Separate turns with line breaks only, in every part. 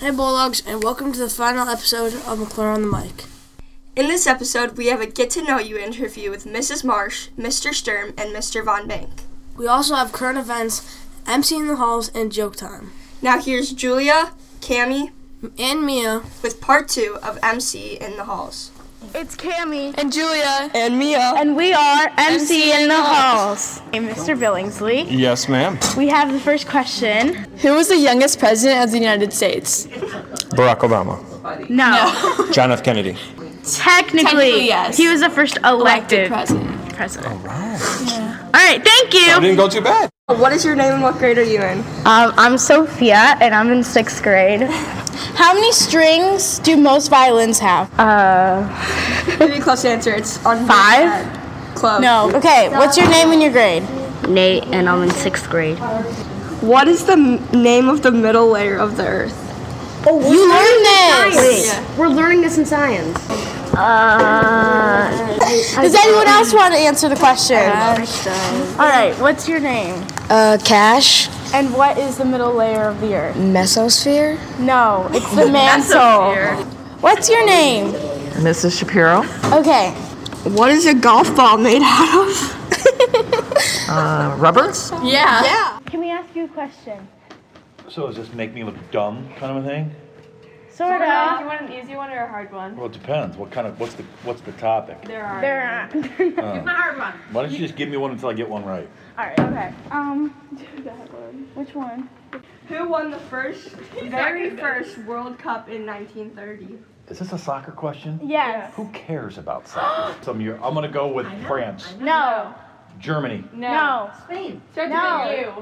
Hey Bulldogs, and welcome to the final episode of McClure on the Mic.
In this episode, we have a get to know you interview with Mrs. Marsh, Mr. Sturm, and Mr. Von Bank.
We also have current events, MC in the Halls, and Joke Time.
Now, here's Julia, Cami,
And Mia,
with part two of MC in the Halls.
It's Cammy,
and Julia
And Mia.
and we are MC in the Halls. Hey, Mr. Billingsley,
Yes, ma'am.
we have the first question.
Who was the youngest president of the United States?
Barack Obama.
No,
John F. Kennedy.
Technically,
yes.
he was the first elected,
president.
president. All right. All right, thank
I
you.
didn't go too bad.
What is your name and what grade are you in?
Um, I'm Sophia, and I'm in sixth grade.
How many strings do most violins have?
Uh,
Pretty close answer. It's on
Five?
Close.
no. Okay, what's your name and your grade?
Nate, and I'm in sixth grade.
What is the m- name of the middle layer of the Earth?
You learned this.
We're learning this in science.
Uh,
Does anyone else want to answer the question? All right, what's your name?
Uh, cash,
And what is the middle layer of the earth?
mesosphere.
No, it's the mantle. What's your name?
Mrs. Shapiro.
Okay.
What is a golf ball made out of?
Uh, rubber?
can we ask you a question?
So does this make me look dumb, kind of a thing?
Sort of.
Well, it depends. What kind of what's the what's the topic?
They're not.
Why don't you just give me one until I get one right?
All right. Okay. Um, which one?
Who won the first, very first World Cup in 1930?
Is this a soccer question?
Yes.
Who cares about soccer? Some year I'm gonna go with France,
No.
Germany.
No.
Spain.
No.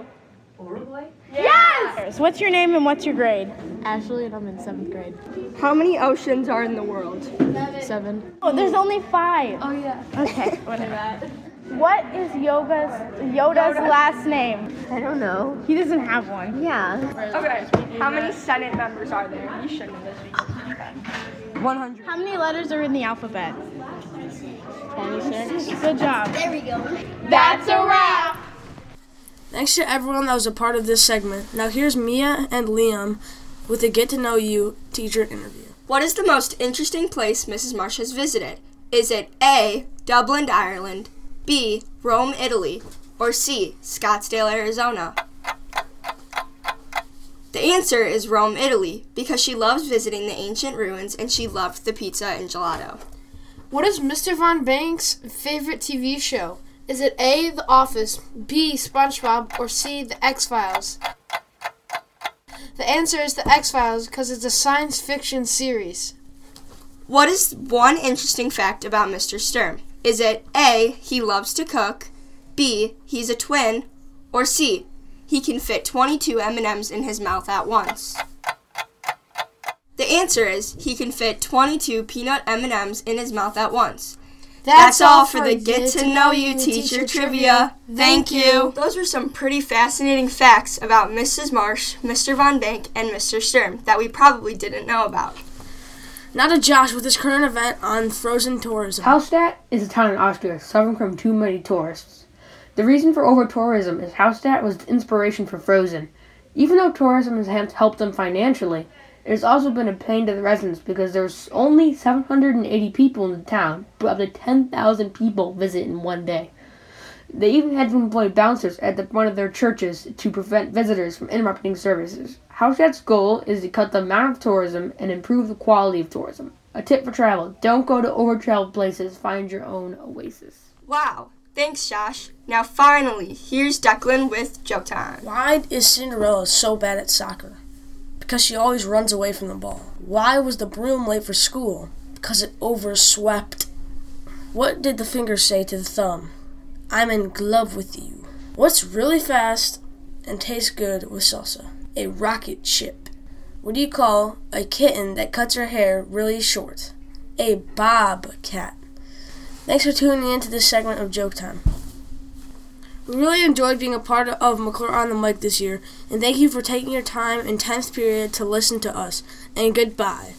Uruguay.
Yes. What's your name and what's your grade?
Ashley, and I'm in seventh grade.
How many oceans are in the world?
Seven. Oh, there's
Hmm.
only five. Oh yeah. Okay.
What is Yoga's Yoda's last name?
I don't know.
He doesn't have one.
Yeah.
Okay. How many Senate members are there? You shouldn't have this.
How many letters are in the alphabet? 26. Good job. There we go. That's a wrap.
thanks to everyone that was a part of this segment. Now here's Mia and Liam with a get to know you teacher interview.
What is the most interesting place Mrs. Marsh has visited? Is it A, Dublin, Ireland, B, Rome, Italy, or C, Scottsdale, Arizona? The answer is Rome, Italy, because she loves visiting the ancient ruins and she loved the pizza and gelato.
What is Mr. Von Bank's favorite TV show? Is it A, The Office, B, SpongeBob, or C, The X Files? The answer is The X Files because it's a science fiction series.
What is one interesting fact about Mr. Sturm? Is it A, he loves to cook, B, he's a twin, or C, he can fit 22 M&Ms in his mouth at once? The answer is he can fit 22 peanut M&Ms in his mouth at once. That's, all for the get to know you teacher trivia. Thank you. Those were some pretty fascinating facts about Mrs. Marsh, Mr. Von Bank, and Mr. Sturm that we probably didn't know about.
Now to Josh with his current event on frozen tourism.
Hallstatt is a town in Austria suffering from too many tourists. The reason for over tourism is Hallstatt was the inspiration for Frozen. Even though tourism has hel- helped them financially, it has also been a pain to the residents because there's only 780 people in the town, but up to 10,000 people visit in one day. They even had to employ bouncers at the front of their churches to prevent visitors from interrupting services. Hallstatt's goal is to cut the amount of tourism and improve the quality of tourism. A tip for travel don't go to over traveled places, find your own oasis.
Wow. Thanks, Josh. Now, finally, here's Declan with Joke Time.
Why is Cinderella so bad at soccer? Because she always runs away from the ball. Why was the broom late for school? Because it overswept. What did the finger say to the thumb? I'm in glove with you. What's really fast and tastes good with salsa? A rocket ship. What do you call a kitten that cuts her hair really short? A bobcat. Thanks for tuning in to this segment of Joke Time. We really enjoyed being a part of McClure on the mic this year, and thank you for taking your time in 10th period to listen to us. And goodbye.